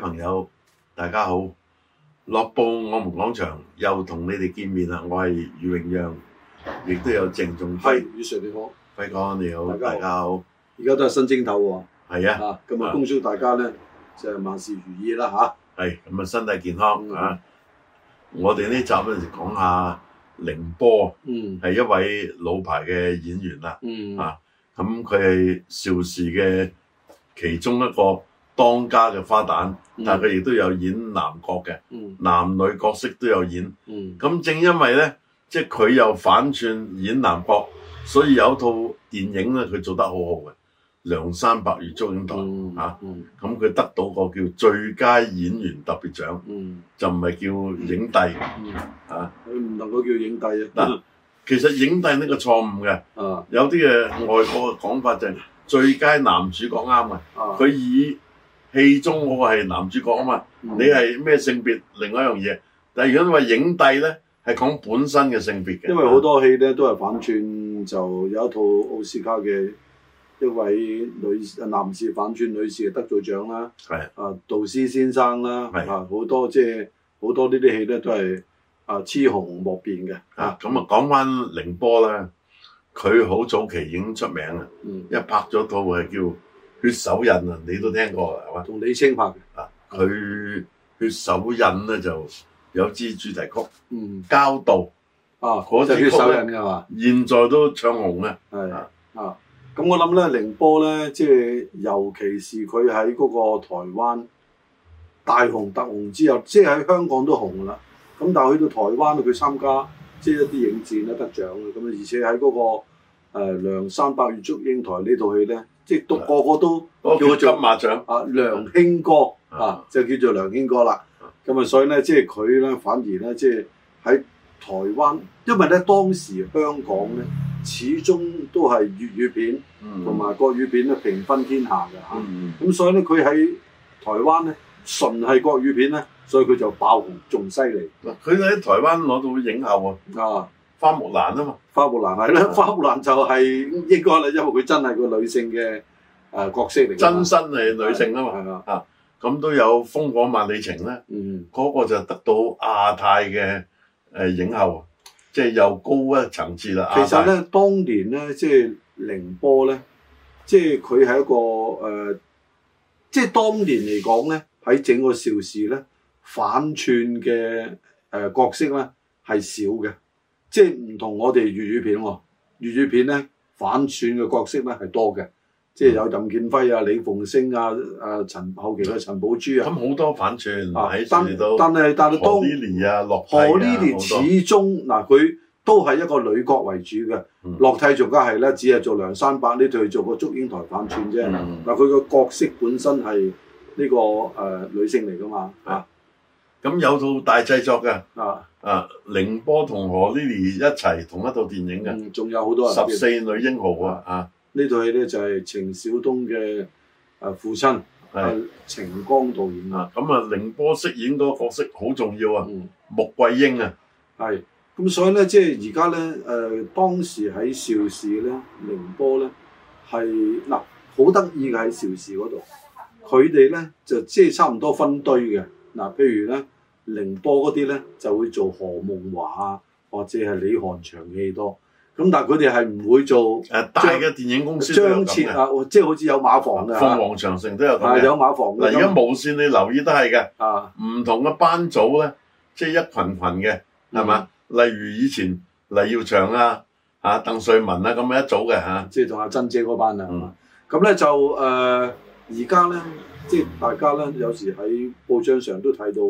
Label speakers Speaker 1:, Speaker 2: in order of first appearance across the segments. Speaker 1: 朋友，大家好！樂報我們講場又同你哋見面啦，我係余榮讓，亦都有鄭仲
Speaker 2: 係
Speaker 1: 輝，
Speaker 2: 雨水你好，
Speaker 1: 輝哥你好，
Speaker 2: 大
Speaker 1: 大家好，
Speaker 2: 而家都係新正頭喎，
Speaker 1: 係啊，
Speaker 2: 啊，咁
Speaker 1: 啊
Speaker 2: 啊，恭祝大家咧就係萬事如意啦吓，
Speaker 1: 係咁啊，身體健康
Speaker 2: 嗯
Speaker 1: 啊！我哋呢集咧就講下凌波，
Speaker 2: 嗯
Speaker 1: 係一位老牌嘅演員啦。
Speaker 2: 嗯
Speaker 1: 啊咁佢係邵氏嘅其中一個當家嘅花旦，但係佢亦都有演男角嘅，
Speaker 2: 嗯
Speaker 1: 男女角色都有演。
Speaker 2: 嗯
Speaker 1: 咁正因為咧，即係佢又反串演男角，所以有套電影咧，佢做得好好嘅《梁山伯與祝英台》
Speaker 2: 嗯
Speaker 1: 啊
Speaker 2: 嗯
Speaker 1: 咁佢得到個叫最佳演員特別獎，
Speaker 2: 嗯
Speaker 1: 就唔係叫影帝。
Speaker 2: 嗯
Speaker 1: 啊，
Speaker 2: 佢唔能夠叫影帝
Speaker 1: 嗱
Speaker 2: 啊，
Speaker 1: 其實影帝呢個錯誤嘅，
Speaker 2: 啊
Speaker 1: 有啲嘅外國嘅講法就係最佳男主角啱嘅，
Speaker 2: 啊，
Speaker 1: 佢以戲中嗰個係男主角啊嘛，
Speaker 2: 你
Speaker 1: 你係咩性別另外一樣嘢。但係如果你話影帝咧，係講本身嘅性別嘅，
Speaker 2: 因為好多戲咧都係反串，就有一套奧斯卡嘅一位女男士反串女士得咗獎啦，
Speaker 1: 係
Speaker 2: 啊導師先生啦，
Speaker 1: 係
Speaker 2: 啊好多即係好多呢啲戲咧都係啊雌雄莫辨嘅
Speaker 1: 啊，咁啊講翻凌波啦，佢好早期已經出名啦，
Speaker 2: 嗯，
Speaker 1: 一拍咗套係叫《血手印》啊，你都聽過係嘛？
Speaker 2: 同李清拍嘅，
Speaker 1: 啊，佢《血手印》咧就有支主題曲《
Speaker 2: 嗯。
Speaker 1: 交道》，
Speaker 2: 啊，
Speaker 1: 嗰
Speaker 2: 嗰
Speaker 1: 支曲咧
Speaker 2: 隻血手印㗎嘛，
Speaker 1: 現在都唱紅嘅。
Speaker 2: 係
Speaker 1: 啊
Speaker 2: 啊。咁我諗咧，凌波咧，即係尤其是佢喺嗰個台灣大紅特紅之後，即係喺香港都紅㗎啦。咁但係去到台灣，佢參加即係一啲影展啊咧得獎嘅，咁而且喺嗰、個、呃、梁山伯與祝英台呢套戲咧，即係都
Speaker 1: 係
Speaker 2: 個個都
Speaker 1: 啊嗰個
Speaker 2: 叫佢
Speaker 1: 叫
Speaker 2: 做
Speaker 1: 金馬獎，
Speaker 2: 啊梁興哥
Speaker 1: 啊
Speaker 2: 啊，就叫做梁興哥啦。咁啊，所以咧，即係佢咧，反而咧，即係喺台灣，因為咧當時香港咧，始終都係粵語片
Speaker 1: 嗯
Speaker 2: 同埋國語片咧平分天下嘅嚇。
Speaker 1: 嗯
Speaker 2: 咁所以咧，佢喺台灣咧，純係國語片咧，所以佢就爆紅仲犀利
Speaker 1: 嗱佢喺台灣攞到影后啊，
Speaker 2: 啊！
Speaker 1: 花木蘭啊嘛，
Speaker 2: 花木蘭係啦，花木蘭就係應該啦，因為佢真係個女性嘅誒角色嚟㗎嘛。
Speaker 1: 真身係女性啊嘛，
Speaker 2: 係啊，
Speaker 1: 咁都有《烽火萬里情》咧，
Speaker 2: 嗯
Speaker 1: 嗰個就得到亞太嘅誒影后，啊即係又高一層次啦。
Speaker 2: 其
Speaker 1: 亞太
Speaker 2: 實咧，當年咧，即係寧波咧，即係佢係一個誒、呃即係當年嚟講咧，喺整個邵氏咧反串嘅誒、呃角色咧係少嘅，即係唔同我哋粵語片喎、粵語片咧反串嘅角色咧係多嘅，即係有任劍輝啊、李鳳聲啊、誒、陳後期嘅陳寶珠啊，
Speaker 1: 咁好多反串
Speaker 2: 啊
Speaker 1: 喺
Speaker 2: 但
Speaker 1: 處都
Speaker 2: 但係但係當
Speaker 1: Lily 啊、落
Speaker 2: 何呢年始終嗱，佢都係一個女角為主嘅
Speaker 1: 嗯。
Speaker 2: 樂蒂仲加係咧，只係做梁山伯呢對做個祝英台反串啫。嗱、
Speaker 1: 嗯
Speaker 2: 佢個角色本身係呢、個誒、呃女性嚟噶嘛，
Speaker 1: 係
Speaker 2: 啊
Speaker 1: 咁有套大製作嘅
Speaker 2: 啊，
Speaker 1: 啊，凌波同何 Lily 一齊同一套電影嘅
Speaker 2: 嗯仲有好多人
Speaker 1: 《十
Speaker 2: 記得
Speaker 1: 四女英豪》啊啊，
Speaker 2: 呢套戲咧就係程小東嘅誒父親，
Speaker 1: 係
Speaker 2: 係程剛導演啊，
Speaker 1: 啊咁啊，凌波飾演嗰個角色好重要啊，
Speaker 2: 嗯。
Speaker 1: 穆桂英啊，
Speaker 2: 係，咁所以咧，即係而家咧，誒、當時喺邵氏咧，寧波咧係嗱好得意嘅喺邵氏嗰度，佢哋咧就即係差唔多分堆嘅嗱，譬如咧寧波嗰啲咧就會做何夢華啊，或者係李翰祥嘅戲多，咁但係佢哋係唔會做
Speaker 1: 誒大嘅電影公司都有
Speaker 2: 張
Speaker 1: 咁
Speaker 2: 徹
Speaker 1: 嘅，
Speaker 2: 啊，即係好似有馬房嘅
Speaker 1: 鳳
Speaker 2: 嚇，
Speaker 1: 凰長城都有咁
Speaker 2: 係
Speaker 1: 嘅。
Speaker 2: 有馬房
Speaker 1: 啊嗱，
Speaker 2: 嘅
Speaker 1: 而家
Speaker 2: 咁
Speaker 1: 無線你留意都係嘅，
Speaker 2: 啊，
Speaker 1: 唔同嘅班組咧，即係一群群嘅，係嘛？
Speaker 2: 嗯
Speaker 1: 例如以前黎耀祥啊、啊鄧萃雯啊咁樣一組嘅嚇，
Speaker 2: 即係同阿珍姐嗰班
Speaker 1: 嗯
Speaker 2: 啊。咁咧、就誒，呃而家咧，即係大家咧，有時喺報章上都睇到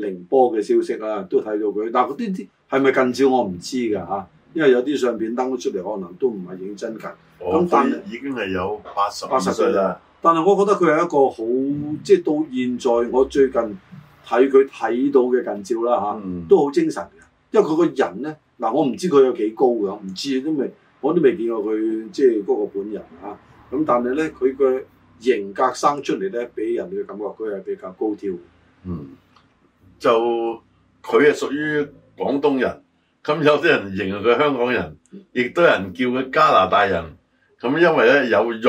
Speaker 2: 寧波嘅消息啦，都睇到佢。但係嗰啲啲係咪近照我唔知㗎嚇、因為有啲相片登咗出嚟，可能都唔係認真㗎。
Speaker 1: 我
Speaker 2: 咁但
Speaker 1: 佢已經係有八十
Speaker 2: 80
Speaker 1: 歲啦，
Speaker 2: 但係我覺得佢係一個好，即係到現在我最近睇佢睇到嘅近照啦嚇。
Speaker 1: 嗯，
Speaker 2: 都好精神嘅，因為佢個人咧，嗱我唔知佢有幾高㗎，唔知因為我都未見過佢即係嗰個本人啊。咁但係咧，佢個型格生出嚟咧，俾人哋嘅感覺佢係比較高挑嘅。
Speaker 1: 嗯，就佢係屬於廣東人，咁有啲人形容佢香港人，亦都有人叫佢加拿大人，咁因為咧有裔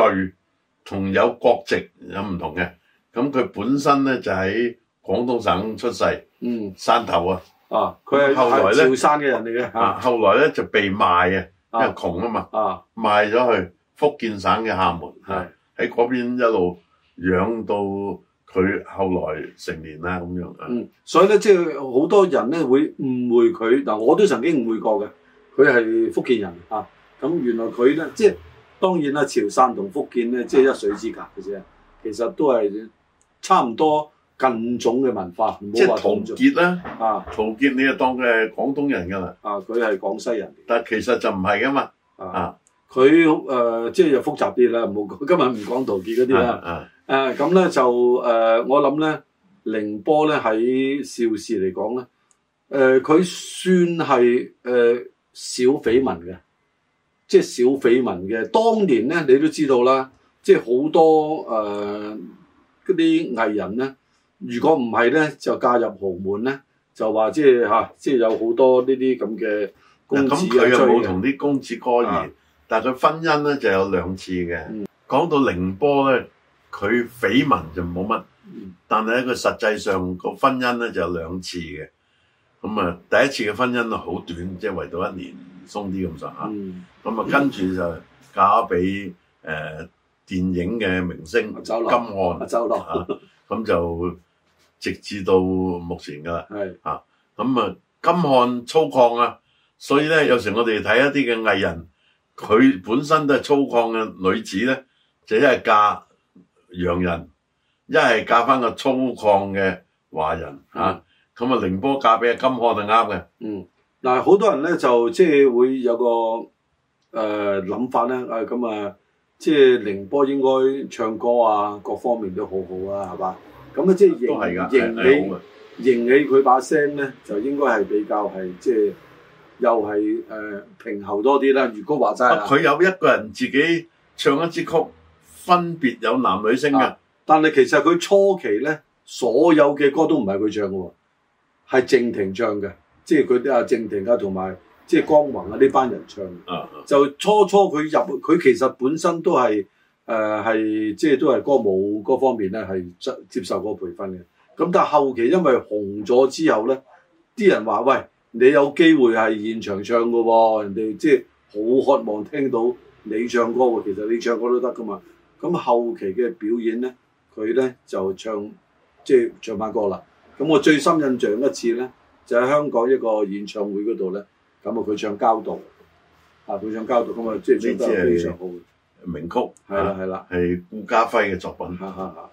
Speaker 1: 同有國籍有唔同嘅，咁佢本身咧就喺廣東省出世，
Speaker 2: 嗯
Speaker 1: 汕頭啊，
Speaker 2: 啊，佢係
Speaker 1: 後來呢
Speaker 2: 係韶山嘅人嚟嘅嚇
Speaker 1: 啊後來咧就被賣啊，因為
Speaker 2: 啊
Speaker 1: 窮啊嘛，
Speaker 2: 啊，
Speaker 1: 賣咗去福建省嘅廈門，
Speaker 2: 係
Speaker 1: 喺嗰邊一路養到佢後來成年啦咁樣啊。
Speaker 2: 嗯，所以咧即係好多人咧會誤會佢嗱，我都曾經誤會過嘅，佢係福建人啊，咁原來佢咧即係當然啦，潮汕同福建咧即係一水之隔嘅啫，其實都係差唔多近種嘅文化，唔
Speaker 1: 即係
Speaker 2: 好話
Speaker 1: 陶
Speaker 2: 同種
Speaker 1: 傑啦，
Speaker 2: 啊
Speaker 1: 陶傑你就當佢係廣東人㗎啦，
Speaker 2: 啊，佢係廣西人嚟
Speaker 1: 但係其實就唔係㗎嘛。
Speaker 2: 嘅啊。
Speaker 1: 啊
Speaker 2: 佢誒、呃即係又複雜啲啦，唔好講今日唔講陶傑嗰啲
Speaker 1: 啊
Speaker 2: 啦。
Speaker 1: 啊，
Speaker 2: 誒咁咧就誒、呃我諗咧，寧波咧喺邵氏嚟講咧，誒、佢算係誒、呃小緋聞嘅，即係小緋聞嘅。當年咧，你都知道啦，即係好多誒嗰啲藝人咧，如果唔係咧，就嫁入豪門咧，就話即係嚇、即係有好多呢啲咁嘅公
Speaker 1: 嗱咁
Speaker 2: 子啊
Speaker 1: 佢
Speaker 2: 追
Speaker 1: 又冇
Speaker 2: 嘅。
Speaker 1: 同啲公子哥
Speaker 2: 啊
Speaker 1: 兒，但係佢婚姻咧就有兩次嘅
Speaker 2: 嗯。
Speaker 1: 講到寧波咧，佢緋聞就冇乜
Speaker 2: 嗯，
Speaker 1: 但係咧佢實際上個婚姻咧就有兩次嘅。咁啊，第一次嘅婚姻啊好短，即係圍到一年鬆啲咁上下。
Speaker 2: 嗯，
Speaker 1: 咁啊，跟住就嫁俾誒電影嘅明星金
Speaker 2: 酒樓
Speaker 1: 漢
Speaker 2: 阿。周樂
Speaker 1: 啊，咁就直至到目前噶啦。
Speaker 2: 係
Speaker 1: 咁啊，金漢粗犷啊，所以咧有時我哋睇一啲嘅藝人，佢本身都係粗犷嘅女子咧，就一係嫁洋人，一係嫁翻個粗犷嘅華人嚇。啊咁啊，寧波嫁俾阿金漢係啱嘅，
Speaker 2: 嗯，嗱，好多人咧就即係會有個誒諗、法咧，啊咁啊，即係寧波應該唱歌啊，各方面都好好啊，係嘛？咁啊，即係
Speaker 1: 都係㗎，
Speaker 2: 型
Speaker 1: 係
Speaker 2: 型
Speaker 1: 係好啊嘅。
Speaker 2: 起型起佢把聲咧，就應該係比較係即係又係誒、呃平喉多啲啦。如果話齋
Speaker 1: 啊
Speaker 2: 啊，
Speaker 1: 佢有一個人自己唱一支曲，分別有男女聲嘅
Speaker 2: 啊。但係其實佢初期咧，所有嘅歌都唔係佢唱嘅喎，係靜婷唱嘅，即係佢啲啊靜婷啊同埋即係江宏啊呢班人唱嘅。
Speaker 1: 啊啊
Speaker 2: 就初初佢入佢其實本身都係誒呃係即係都係歌舞嗰方面咧係接接受過培訓嘅。咁但係後期因為紅咗之後咧，啲人話喂你有機會係現場唱嘅喎，人哋即係好渴望聽到你唱歌喎。其實你唱歌都得噶嘛。咁後期嘅表演咧，佢咧就唱即係唱翻歌啦。咁我最深印象一次咧，就喺香港一個演唱會嗰度咧，咁啊佢唱交道，啊佢唱交道咁啊，即係唱得非常好嘅，
Speaker 1: 名曲啊
Speaker 2: 係啦係啦，
Speaker 1: 係顧嘉輝嘅作品。
Speaker 2: 哈哈哈，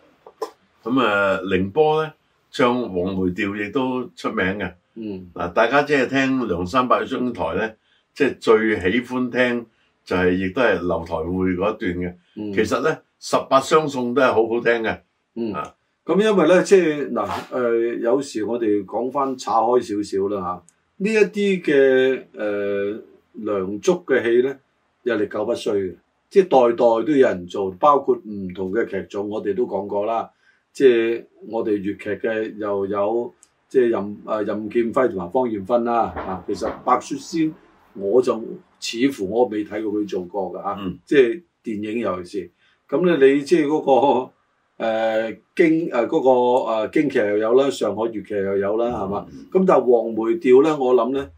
Speaker 1: 咁啊，寧波咧唱黃梅調亦都出名嘅。
Speaker 2: 嗯
Speaker 1: 嗱，大家即係聽梁山伯與祝英台咧，即係最喜歡聽就係亦都係樓台會嗰一段嘅。
Speaker 2: 嗯，
Speaker 1: 其實咧，十八相送都係好好聽嘅。
Speaker 2: 嗯
Speaker 1: 啊，
Speaker 2: 咁因為咧，即係嗱誒，有時我哋講翻岔開少少啦嚇，呢一啲嘅誒梁祝嘅戲咧，又歷久不衰嘅，即係代代都有人做，包括唔同嘅劇種，我哋都講過啦，即係我哋粵劇嘅又有即係任誒任劍輝同埋方艷芬啦嚇，其實白雪仙我就似乎我未睇過佢做過㗎嚇，
Speaker 1: 嗯
Speaker 2: 即係電影尤其是，咁咧你即係嗰、個。誒、京誒嗰、個、呃、京劇又有啦，上海粵劇又有啦，係嘛？咁但係黃梅調咧，我諗咧，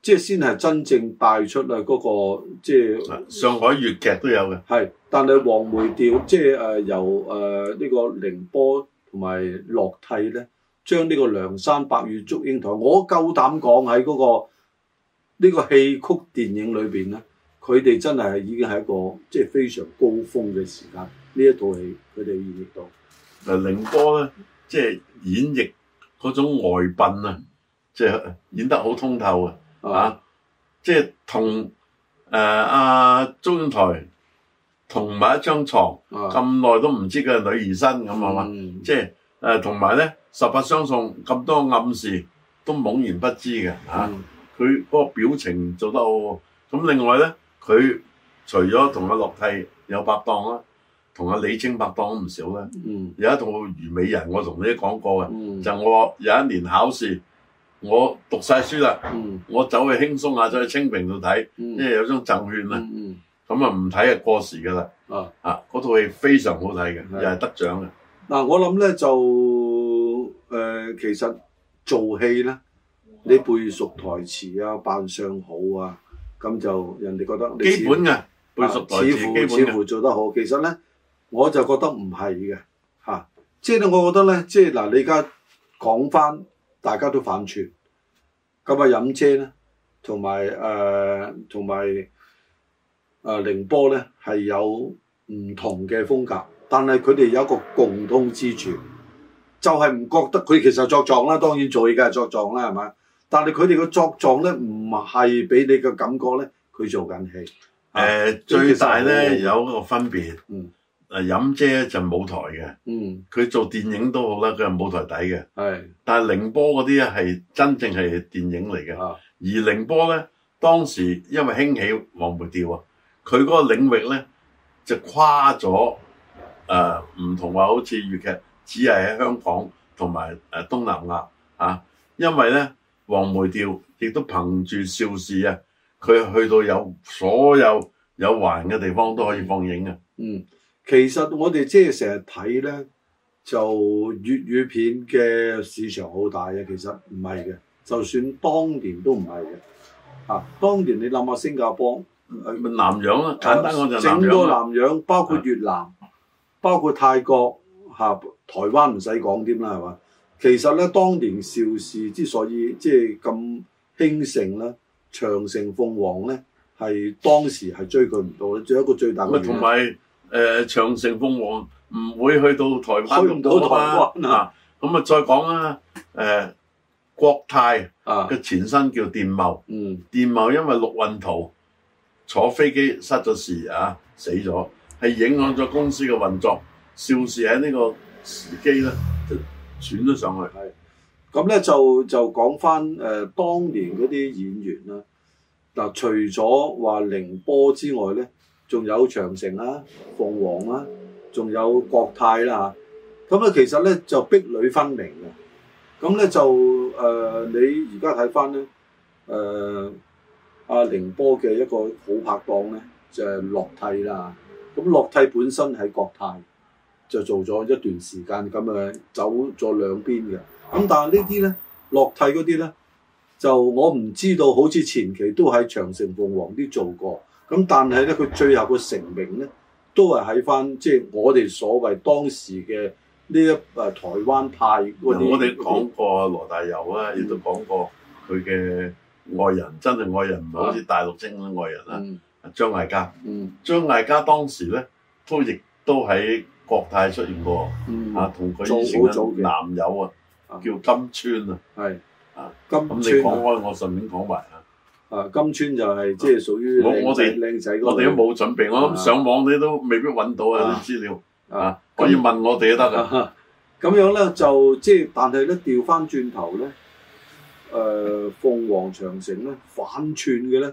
Speaker 2: 即係先係真正帶出啦嗰、個即係
Speaker 1: 啊上海粵劇都有嘅。
Speaker 2: 係，但係黃梅調即係誒、呃由誒呢、個寧波同埋樂替咧，將呢個梁山伯與祝英台，我夠膽講喺嗰個呢、個戲曲電影裏邊咧，佢哋真係已經係一個即係非常高峰嘅時間，呢一套戲佢哋演繹到。
Speaker 1: 嗱，寧波咧即係演繹嗰種外賓啊，即係演得好通透啊。
Speaker 2: 啊
Speaker 1: 啊，即係同誒阿中英台同埋一張床
Speaker 2: 啊
Speaker 1: 咁耐都唔知佢係女兒身咁係嘛？
Speaker 2: 嗯
Speaker 1: 即係誒同埋咧十八相送咁多暗示都懵然不知嘅嚇，
Speaker 2: 嗯
Speaker 1: 佢嗰個表情做得好好。咁另外咧，佢除咗同阿樂蒂有拍檔啦，同阿李清拍檔都唔少啦。
Speaker 2: 嗯
Speaker 1: 有一套《虞美人》，我同你都講過嘅，
Speaker 2: 嗯
Speaker 1: 就我有一年考試，我讀晒書啦。
Speaker 2: 嗯
Speaker 1: 我走去輕鬆下，走去清平度睇，因
Speaker 2: 嗯
Speaker 1: 為有張贈券啊，
Speaker 2: 嗯
Speaker 1: 咁啊唔睇啊過時噶啦，
Speaker 2: 嗯啊
Speaker 1: 啊嗰套戲非常好睇嘅，
Speaker 2: 係
Speaker 1: 又係得獎嘅，
Speaker 2: 嗱，我諗咧就誒、呃其實做戲咧，你背熟台詞啊，扮相好啊，咁就人哋覺得你
Speaker 1: 基
Speaker 2: 似啊
Speaker 1: 本嘅背熟台詞
Speaker 2: 似乎
Speaker 1: 基
Speaker 2: 似
Speaker 1: 本嘅，
Speaker 2: 乎做得好。其實咧，我就覺得唔係嘅嚇，即係咧，我覺得咧，即係嗱，你而家講翻，大家都反串，咁啊飲車咧，同埋誒同埋誒寧波咧係有唔同嘅風格，但係佢哋有一個共通之處，就係、唔覺得佢其實作狀啦，當然做嘢梗係作狀啦，係咪？但係佢哋嘅作狀咧，唔係俾你嘅感覺咧，佢做緊戲。啊
Speaker 1: 誒最大咧
Speaker 2: 其實
Speaker 1: 有一個分別，
Speaker 2: 嗯
Speaker 1: 誒飲姐就舞台嘅，
Speaker 2: 嗯，
Speaker 1: 佢做電影都好啦，佢係舞台底嘅，
Speaker 2: 係
Speaker 1: 但係寧波嗰啲咧啊係真正係電影嚟嘅。
Speaker 2: 啊，
Speaker 1: 而寧波咧，當時因為興起黃梅調啊，佢嗰個領域咧就跨咗誒唔同話，好似粵劇只係喺香港同埋誒東南亞啊，因為咧黃梅調亦都憑住邵氏啊，佢去到有所有有環嘅地方都可以放映嘅。
Speaker 2: 嗯，其實我哋即係成日睇咧，就粵語片嘅市場好大嘅，其實唔係嘅，就算當年都唔係嘅。啊，當年你諗下新加坡，
Speaker 1: 咪南洋啦，簡單講就南
Speaker 2: 整個
Speaker 1: 洋啊啦。
Speaker 2: 南洋，包括越南，包括泰國嚇、啊台灣唔使講添啦，係嘛？其實咧，當年邵氏之所以即係咁興盛咧，長城鳳凰咧，係當時係追佢唔到咧，仲有一個最大
Speaker 1: 咪
Speaker 2: 嘅原因
Speaker 1: 啊同。埋誒長城鳳凰唔會去到台灣
Speaker 2: 去唔到台灣啊
Speaker 1: 啊！咁啊，再講啦，誒、國泰
Speaker 2: 啊，
Speaker 1: 嘅前身叫電懋，
Speaker 2: 嗯
Speaker 1: 電懋因為陸運圖坐飛機失咗事啊，死咗，係影響咗公司嘅運作。邵氏喺呢個時機咧就轉咗上去。，
Speaker 2: 咁咧就就講翻誒當年嗰啲演員啦。嗱、除咗話寧波之外咧，仲有長城啦、鳳凰啦，仲有國泰啦嚇。咁咧其實咧就壁壘分明嘅。咁咧就誒、呃你而家睇翻咧誒阿寧波嘅一個好拍檔咧，就係、樂蒂啦。咁樂蒂本身喺國泰就做咗一段時間，咁誒走咗兩邊嘅。咁但係呢啲咧，落替嗰啲咧，就我唔知道，好似前期都喺長城鳳凰啲做過，咁但係咧佢最後個成名咧，都係喺翻即係我哋所謂當時嘅呢一誒呃台灣派嗰啲。
Speaker 1: 我哋講過羅大佑啦，亦都講過佢嘅愛人，真係愛人，唔係好
Speaker 2: 啊
Speaker 1: 似大陸稱嘅愛人啦，
Speaker 2: 嗯
Speaker 1: 張艾嘉。
Speaker 2: 嗯
Speaker 1: 張艾嘉當時咧都亦都喺國泰出現過，
Speaker 2: 嗯，
Speaker 1: 啊，同佢以前嘅
Speaker 2: 早好早嘅
Speaker 1: 男友啊
Speaker 2: 啊，
Speaker 1: 叫金川啊，
Speaker 2: 係
Speaker 1: 啊咁
Speaker 2: 金
Speaker 1: 你
Speaker 2: 川
Speaker 1: 講
Speaker 2: 啊
Speaker 1: 開，我順便講埋啊，
Speaker 2: 啊，金川就係即係屬於
Speaker 1: 我
Speaker 2: 靚
Speaker 1: 我
Speaker 2: 仔
Speaker 1: 哋
Speaker 2: 靚仔嗰
Speaker 1: 我哋都
Speaker 2: 類
Speaker 1: 冇準備，我
Speaker 2: 啊
Speaker 1: 諗上網你都未必揾到啊
Speaker 2: 啊
Speaker 1: 啲資料
Speaker 2: 啊。
Speaker 1: 啊，可以問我哋都得啊，
Speaker 2: 啊咁樣咧就即係，但係咧調翻轉頭咧，誒、鳳凰長城咧反串嘅咧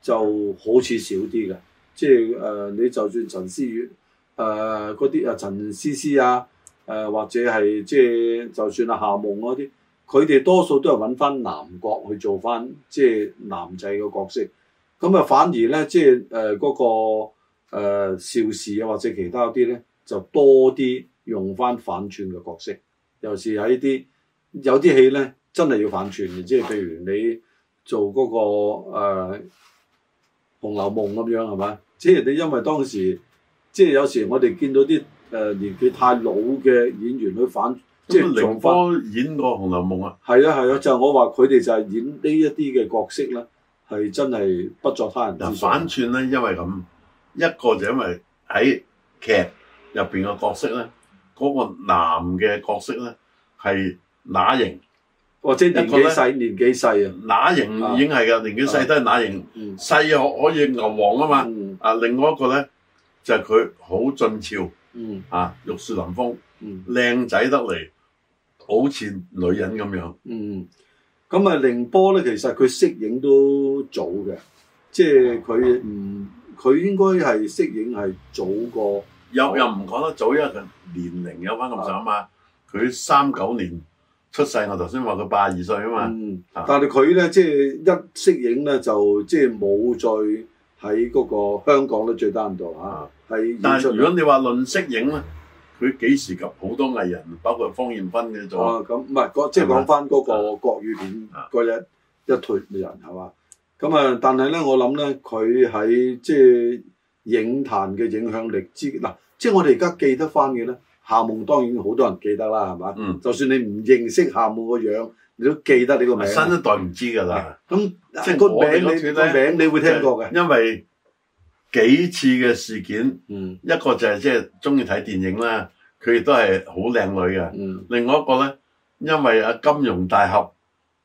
Speaker 2: 就好似少啲嘅，即係誒、呃你就算陳思遠誒嗰啲啊陳思思啊誒、或者係即係就算啊夏夢嗰啲，佢哋多數都係揾翻南國去做翻即係男仔嘅角色，咁啊反而咧即係誒嗰個。誒、邵氏啊，或者其他嗰啲咧，就多啲用翻反串嘅角色，尤其是喺啲有啲戲咧，真係要反串嘅，即係譬如你做嗰、個誒、呃《紅樓夢》咁樣係咪？即係你因為當時即係有時我哋見到啲誒、呃年紀太老嘅演員去反，即
Speaker 1: 咁
Speaker 2: 係做
Speaker 1: 寧
Speaker 2: 翻。
Speaker 1: 波演過《紅樓夢》啊，
Speaker 2: 係啊係啊，就係我話佢哋就係演呢一啲嘅角色咧，係真係不作他人
Speaker 1: 嗱
Speaker 2: 之
Speaker 1: 反
Speaker 2: 想。
Speaker 1: 串咧，因為咁一個就因為喺劇入邊嘅角色咧，嗰個男嘅角色咧係乸型。
Speaker 2: 或者哦年
Speaker 1: 一個
Speaker 2: 紀
Speaker 1: 咧
Speaker 2: 細，年紀細啊，
Speaker 1: 乸型已經係㗎，年紀細都係乸型，
Speaker 2: 嗯
Speaker 1: 細可可以牛黃啊嘛。
Speaker 2: 嗯
Speaker 1: 啊，另外一個咧就係佢好俊俏
Speaker 2: 嗯。
Speaker 1: 啊，玉樹臨風，
Speaker 2: 嗯
Speaker 1: 靚仔得嚟，好似女人咁樣。
Speaker 2: 嗯，咁啊，寧波咧，其實佢適應都早嘅，即係佢唔佢應該係適應係早過
Speaker 1: 又又唔講得早，因為佢年齡有翻咁上啊嘛。佢三九年出世，我頭先話佢八十二歲啊嘛。
Speaker 2: 嗯，
Speaker 1: 啊
Speaker 2: 但係佢咧即係一適應咧就即係冇再喺嗰個香港咧最低限度
Speaker 1: 啊
Speaker 2: 嚇係
Speaker 1: 但
Speaker 2: 演出
Speaker 1: 係如果你話論適影咧，佢幾時及好多藝人，包括方豔芬嘅做，
Speaker 2: 啊，咁唔係嗰即係
Speaker 1: 係嘛
Speaker 2: 講翻嗰個國語片
Speaker 1: 啊
Speaker 2: 嗰日一退人係嘛？咁啊，但係咧，我諗咧，佢喺即係影壇嘅影響力之嗱，即係我哋而家記得翻嘅咧，夏夢當然好多人記得啦，係嘛？
Speaker 1: 嗯，
Speaker 2: 就算你唔認識夏夢個樣，你都記得你個名。
Speaker 1: 啊新一代唔知㗎啦。
Speaker 2: 咁
Speaker 1: 即係
Speaker 2: 個
Speaker 1: 我哋嗰
Speaker 2: 名你
Speaker 1: 段
Speaker 2: 個
Speaker 1: 咧
Speaker 2: 名你會聽過嘅。
Speaker 1: 因為幾次嘅事件，
Speaker 2: 嗯
Speaker 1: 一個就係即係中意睇電影啦，佢亦都係好靚女嘅。
Speaker 2: 嗯
Speaker 1: 另外一個咧，因為阿金融大俠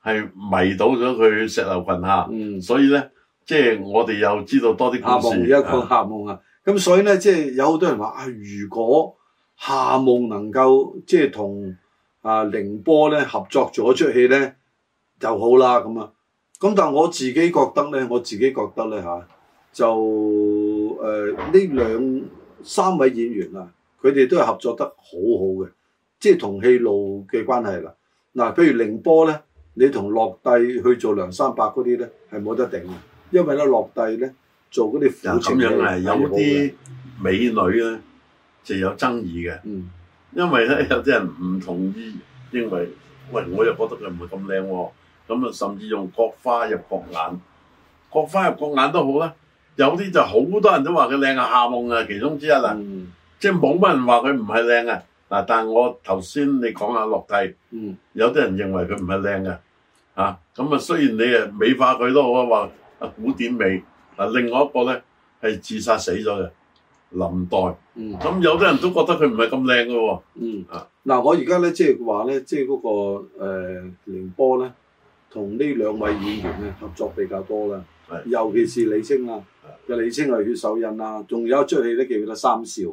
Speaker 1: 係迷倒咗佢石榴裙下，
Speaker 2: 嗯，
Speaker 1: 所以咧即係我哋又知道多啲
Speaker 2: 夏
Speaker 1: 故
Speaker 2: 夢
Speaker 1: 事。
Speaker 2: 而家講夏夢啊，咁所以咧，即係有好多人話啊，如果夏夢能夠即係同啊凌波咧合作做一出戲咧就好啦咁啊。咁但係我自己覺得咧，我自己覺得咧嚇、就誒呢兩三位演員啊，佢哋都係合作得好好嘅，即係同戲路嘅關係啦。嗱、譬如凌波咧，你同樂帝去做梁山伯嗰啲咧係冇得頂嘅，因為咧樂帝咧做嗰啲苦
Speaker 1: 咁
Speaker 2: 情
Speaker 1: 樣啊，
Speaker 2: 戲
Speaker 1: 有
Speaker 2: 係好嘅
Speaker 1: 啲美女咧就有爭議嘅，
Speaker 2: 嗯
Speaker 1: 因為咧有啲人唔同意，認為喂我又覺得佢唔係咁靚喎，咁啊甚至用國花入國眼，國花入國眼都好啦。有啲就好多人都話佢靚啊，夏夢啊，其中之一啦，
Speaker 2: 嗯
Speaker 1: 即係冇乜人話佢唔係靚啊。嗱，但係我頭先你講下樂蒂，
Speaker 2: 嗯
Speaker 1: 有啲人認為佢唔係靚嘅，啊咁啊，雖然你誒美化佢都好啊，話啊古典美，啊另外一個咧係自殺死咗嘅林黛，
Speaker 2: 嗯。
Speaker 1: 咁有啲人都覺得佢唔係咁靚嘅喎，
Speaker 2: 嗯
Speaker 1: 啊
Speaker 2: 嗱，我而家咧即係話咧，即係嗰個誒凌波咧，同呢兩位演員咧合作比較多啦，
Speaker 1: 係
Speaker 2: 尤其是李青啦，嘅李青係血手印啦，仲有一出戲咧叫做《三少》，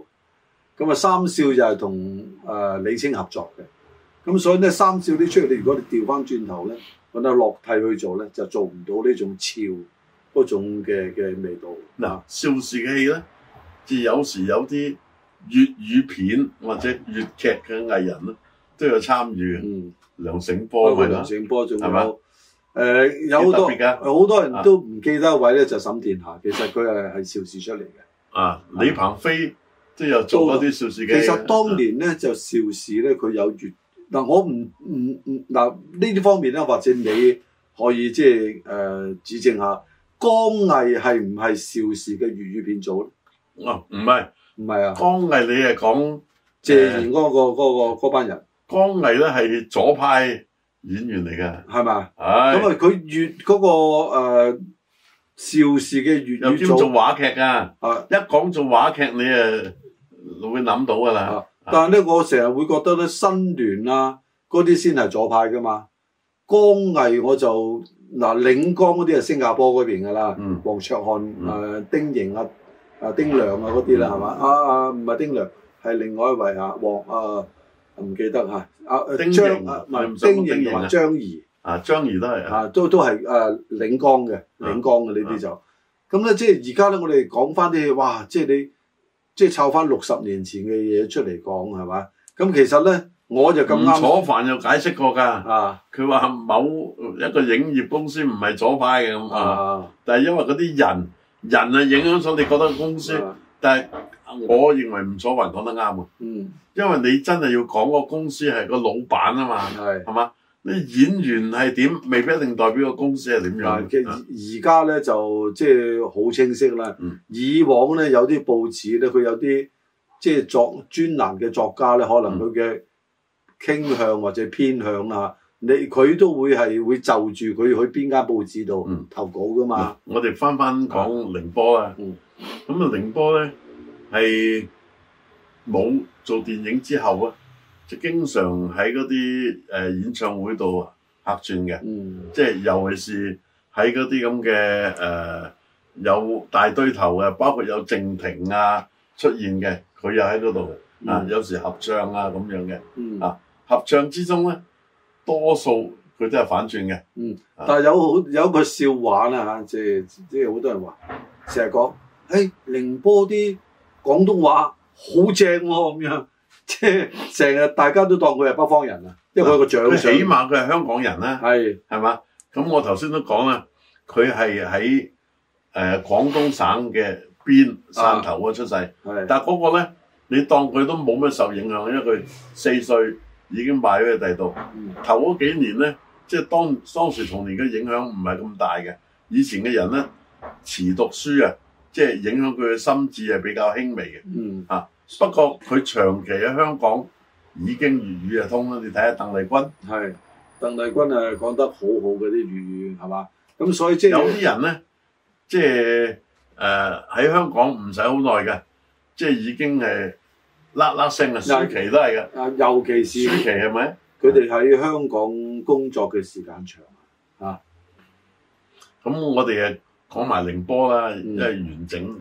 Speaker 2: 咁啊《三少》就係同誒李青合作嘅，咁所以咧《三少》呢出戲，你如果你調翻轉頭咧，揾阿樂蒂去做咧，就做唔到呢種俏嗰種嘅嘅味道。
Speaker 1: 嗱邵氏嘅戲咧，即係有時有啲粵語片或者粵劇嘅藝人咧都有參與嘅，
Speaker 2: 嗯。
Speaker 1: 梁醒
Speaker 2: 包
Speaker 1: 波
Speaker 2: 括
Speaker 1: 咪
Speaker 2: 梁
Speaker 1: 啦，
Speaker 2: 醒波，仲有
Speaker 1: 係嘛
Speaker 2: 誒、有好多
Speaker 1: 幾特別㗎
Speaker 2: 好多人都唔記得一位咧，就沈殿霞，其實佢係係邵氏出嚟嘅。
Speaker 1: 啊李鵬飛都有做嗰啲邵氏
Speaker 2: 其
Speaker 1: 嘅戲啊嘅，
Speaker 2: 實當年咧就邵氏咧，佢有粵嗱，我唔唔唔嗱呢啲方面咧，或者你可以即係誒指正下，江毅係唔係邵氏嘅粵語片組咧？
Speaker 1: 啊唔係
Speaker 2: 唔係啊，
Speaker 1: 江毅你係講
Speaker 2: 謝賢嗰、個嗰、個嗰班人
Speaker 1: 江毅咧係左派演員嚟嘅，
Speaker 2: 係咪啊？咁
Speaker 1: 唉，
Speaker 2: 啊，佢粵嗰個誒邵氏嘅粵
Speaker 1: 又
Speaker 2: 語
Speaker 1: 兼做
Speaker 2: 組
Speaker 1: 話劇噶。
Speaker 2: 啊。
Speaker 1: 一講做話劇，你誒會諗到噶
Speaker 2: 啊
Speaker 1: 啦。
Speaker 2: 但係咧，我成日會覺得咧，新聯啊嗰啲先係左派噶嘛。江毅我就嗱，領江嗰啲係新加坡嗰邊噶啦，
Speaker 1: 嗯
Speaker 2: 黃卓漢、誒、
Speaker 1: 嗯
Speaker 2: 丁瑩啊、啊丁良啊嗰啲啦，係嘛？啊啊，唔係丁良，係另外一位啊，黃啊唔記得嚇，啊啊
Speaker 1: 丁
Speaker 2: 張
Speaker 1: 瑩
Speaker 2: 啊唔
Speaker 1: 你唔
Speaker 2: 係
Speaker 1: 想講
Speaker 2: 丁瑩
Speaker 1: 丁
Speaker 2: 同
Speaker 1: 瑩啊
Speaker 2: 埋張怡。
Speaker 1: 啊，張怡都係啊，
Speaker 2: 啊，都都係誒、呃、領光嘅，領光嘅呢啲就咁咧，即係而家咧，我哋講翻啲哇，即係你即係湊翻六十年前嘅嘢出嚟講係嘛？咁其實咧，我就咁
Speaker 1: 吳
Speaker 2: 啱
Speaker 1: 楚帆又解釋過㗎。
Speaker 2: 啊
Speaker 1: 佢話某一個影業公司唔係左派嘅咁啊，
Speaker 2: 啊
Speaker 1: 但係因為嗰啲人人啊影響咗你覺得公司，
Speaker 2: 啊
Speaker 1: 但係我認為吳楚帆講得啱嘅，
Speaker 2: 嗯
Speaker 1: 因為你真係要講個公司係個老闆啊嘛，
Speaker 2: 係
Speaker 1: 係嘛？你演員係點，未必一定代表個公司係點
Speaker 2: 啊，
Speaker 1: 樣
Speaker 2: 其
Speaker 1: 嘅。
Speaker 2: 實而家咧就即係好清晰啦。
Speaker 1: 嗯
Speaker 2: 以往咧有啲報紙咧，佢有啲即係作專欄嘅作家咧，可
Speaker 1: 嗯
Speaker 2: 能佢嘅傾向或者偏向啦，你佢都會係會就住佢去邊間報紙度
Speaker 1: 嗯
Speaker 2: 投稿噶
Speaker 1: 嗱
Speaker 2: 嘛。，
Speaker 1: 我哋翻翻講寧波啦。
Speaker 2: 嗯
Speaker 1: 咁啊，寧波咧係冇做電影之後啊，就經常喺嗰啲誒演唱會度啊客串嘅，
Speaker 2: 嗯
Speaker 1: 即係尤其是喺嗰啲咁嘅誒有大堆頭嘅，包括有靜婷啊出現嘅，佢又喺嗰度嘅啊，
Speaker 2: 嗯
Speaker 1: 有時合唱啊咁樣嘅。
Speaker 2: 嗯
Speaker 1: 啊合唱之中咧，多數佢都係反轉嘅。
Speaker 2: 但係有好有一個笑話啦嚇，即係即係好多人話，成日講，誒寧波啲廣東話好正喎咁樣， 即係成日大家都當佢係北方人啊，因為佢有個
Speaker 1: 佢
Speaker 2: 獎
Speaker 1: 起
Speaker 2: 賞
Speaker 1: 碼佢係香港人啦、
Speaker 2: 係
Speaker 1: 係嘛？咁我頭先都講啦，佢係喺呃誒廣東省嘅邊汕頭嗰出世，
Speaker 2: 係
Speaker 1: 但係嗰個咧你當佢都冇乜受影響，因為佢四歲已經賣咗去第二度。
Speaker 2: 嗯
Speaker 1: 頭嗰幾年咧，即係當當時童年嘅影響唔係咁大嘅。以前嘅人咧，遲讀書啊，即係影響佢嘅心智係比較輕微嘅。啊
Speaker 2: 嗯
Speaker 1: 不過佢長期喺香港已經粵語啊通啦。你睇下鄧麗君，
Speaker 2: 係鄧麗君啊講得好好嘅啲粵語係嘛？咁所以即
Speaker 1: 有
Speaker 2: 係
Speaker 1: 啲人咧，即係誒喺香港唔使好耐嘅，即係已經係啦啦聲啊，暑期都係嘅，
Speaker 2: 啊，尤其是
Speaker 1: 暑期係咪？
Speaker 2: 佢哋喺香港工作嘅時間長。啊
Speaker 1: 咁我哋誒講埋寧波啦，因為完整，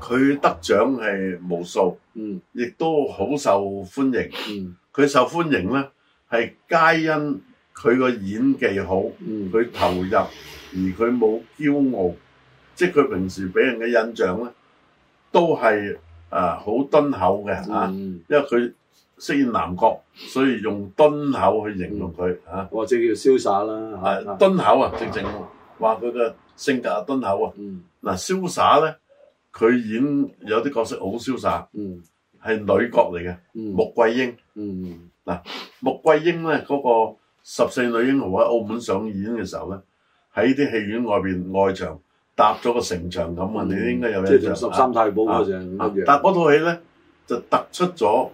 Speaker 1: 佢得獎係無數。
Speaker 2: 嗯
Speaker 1: 亦都好受歡迎。
Speaker 2: 嗯
Speaker 1: 佢受歡迎呢，係皆因佢個演技好，
Speaker 2: 嗯
Speaker 1: 佢投入，而佢冇驕傲，即係佢平時俾人嘅印象呢，都係啊好敦厚嘅嚇、啊
Speaker 2: 嗯，
Speaker 1: 因為佢飾演南角，所以用敦厚去形容佢嚇。
Speaker 2: 或者叫瀟灑啦
Speaker 1: 啊
Speaker 2: 嚇。，
Speaker 1: 敦厚啊，直情話佢嘅性格係敦厚啊。
Speaker 2: 嗯
Speaker 1: 嗱，瀟灑呢，佢演有啲角色好瀟灑，
Speaker 2: 嗯
Speaker 1: 係女角嚟嘅，
Speaker 2: 嗯
Speaker 1: 穆桂英。
Speaker 2: 嗯
Speaker 1: 穆桂英咧嗰、個十四女英豪喺澳門上演嘅時候咧，喺啲戲院外邊外牆搭咗個城牆咁啊，你應該有
Speaker 2: 嗯即係
Speaker 1: 印
Speaker 2: 同十
Speaker 1: 象。
Speaker 2: 三太保嗰
Speaker 1: 啊
Speaker 2: 陣一
Speaker 1: 啊
Speaker 2: 樣。
Speaker 1: 但嗰套戲咧就突出咗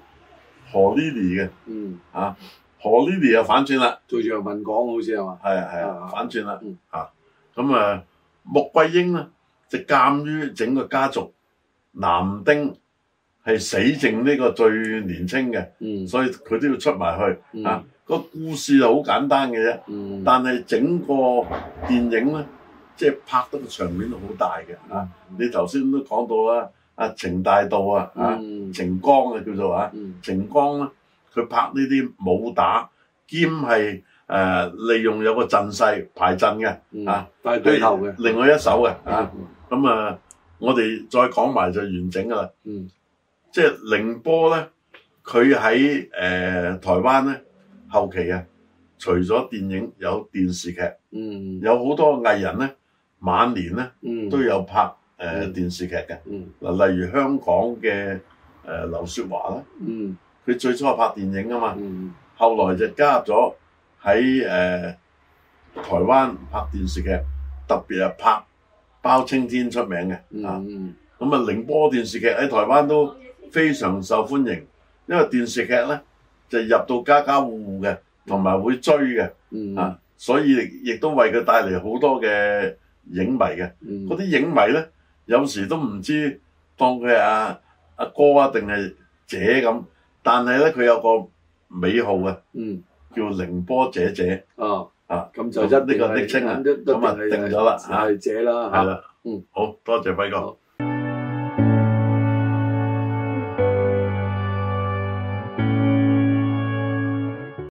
Speaker 1: 何 Lily 嘅
Speaker 2: 嗯，
Speaker 1: 啊，何 Lily 又反轉啦，
Speaker 2: 對楊文講好似係嘛？
Speaker 1: 係啊係啊
Speaker 2: 啊
Speaker 1: 反轉啦
Speaker 2: 嗯
Speaker 1: 啊，咁啊穆桂英咧就鑑於整個家族男丁係死剩呢個最年青嘅，
Speaker 2: 嗯
Speaker 1: 所以佢都要出埋去。
Speaker 2: 嗯
Speaker 1: 啊，個故事就好簡單嘅啫，
Speaker 2: 嗯
Speaker 1: 但係整個電影咧，即係拍得個場面好大嘅
Speaker 2: 嗯
Speaker 1: 啊！你頭先都講到啦，啊程大道啊，啊
Speaker 2: 嗯
Speaker 1: 程剛啊叫做啊，
Speaker 2: 嗯
Speaker 1: 程剛咧，佢拍呢啲武打兼係誒、呃利用有個陣勢排陣嘅，
Speaker 2: 嗯
Speaker 1: 啊，
Speaker 2: 但係對頭嘅
Speaker 1: 係。另外一手嘅啊，
Speaker 2: 嗯
Speaker 1: 咁啊，我哋再講埋就完整噶啦。
Speaker 2: 嗯
Speaker 1: 即係寧波咧，佢喺誒呃台灣咧後期啊，除咗電影有電視劇，
Speaker 2: 嗯
Speaker 1: 有好多藝人咧晚年咧
Speaker 2: 嗯
Speaker 1: 都有拍誒、呃
Speaker 2: 嗯
Speaker 1: 電視劇嘅。
Speaker 2: 嗯
Speaker 1: 嗱，例如香港嘅誒、呃、劉雪華啦，
Speaker 2: 嗯
Speaker 1: 佢最初係拍電影啊嘛，
Speaker 2: 嗯
Speaker 1: 後來就加入咗喺誒台灣拍電視劇，特別係拍《包青天》出名嘅
Speaker 2: 嗯
Speaker 1: 啊。
Speaker 2: 嗯
Speaker 1: 咁啊，寧波電視劇喺台灣都非常受歡迎，因為電視劇咧就入到家家戶戶嘅，同埋會追嘅、
Speaker 2: 嗯
Speaker 1: 啊，所以亦都為佢帶嚟好多嘅影迷嘅。
Speaker 2: 嗯
Speaker 1: 嗰啲影迷咧，有時都唔知當佢係阿阿哥啊定係姐咁，但係咧佢有個美號嘅，
Speaker 2: 嗯
Speaker 1: 叫寧波姐姐
Speaker 2: 啊
Speaker 1: 啊，
Speaker 2: 咁就一
Speaker 1: 呢
Speaker 2: 定
Speaker 1: 個
Speaker 2: 係
Speaker 1: 昵稱啊
Speaker 2: 一一定
Speaker 1: 咁啊
Speaker 2: 係
Speaker 1: 定咗啦
Speaker 2: 係姐啦
Speaker 1: 係
Speaker 2: 嚇。
Speaker 1: 啦，
Speaker 2: 嗯，
Speaker 1: 好多謝輝哥。
Speaker 2: 好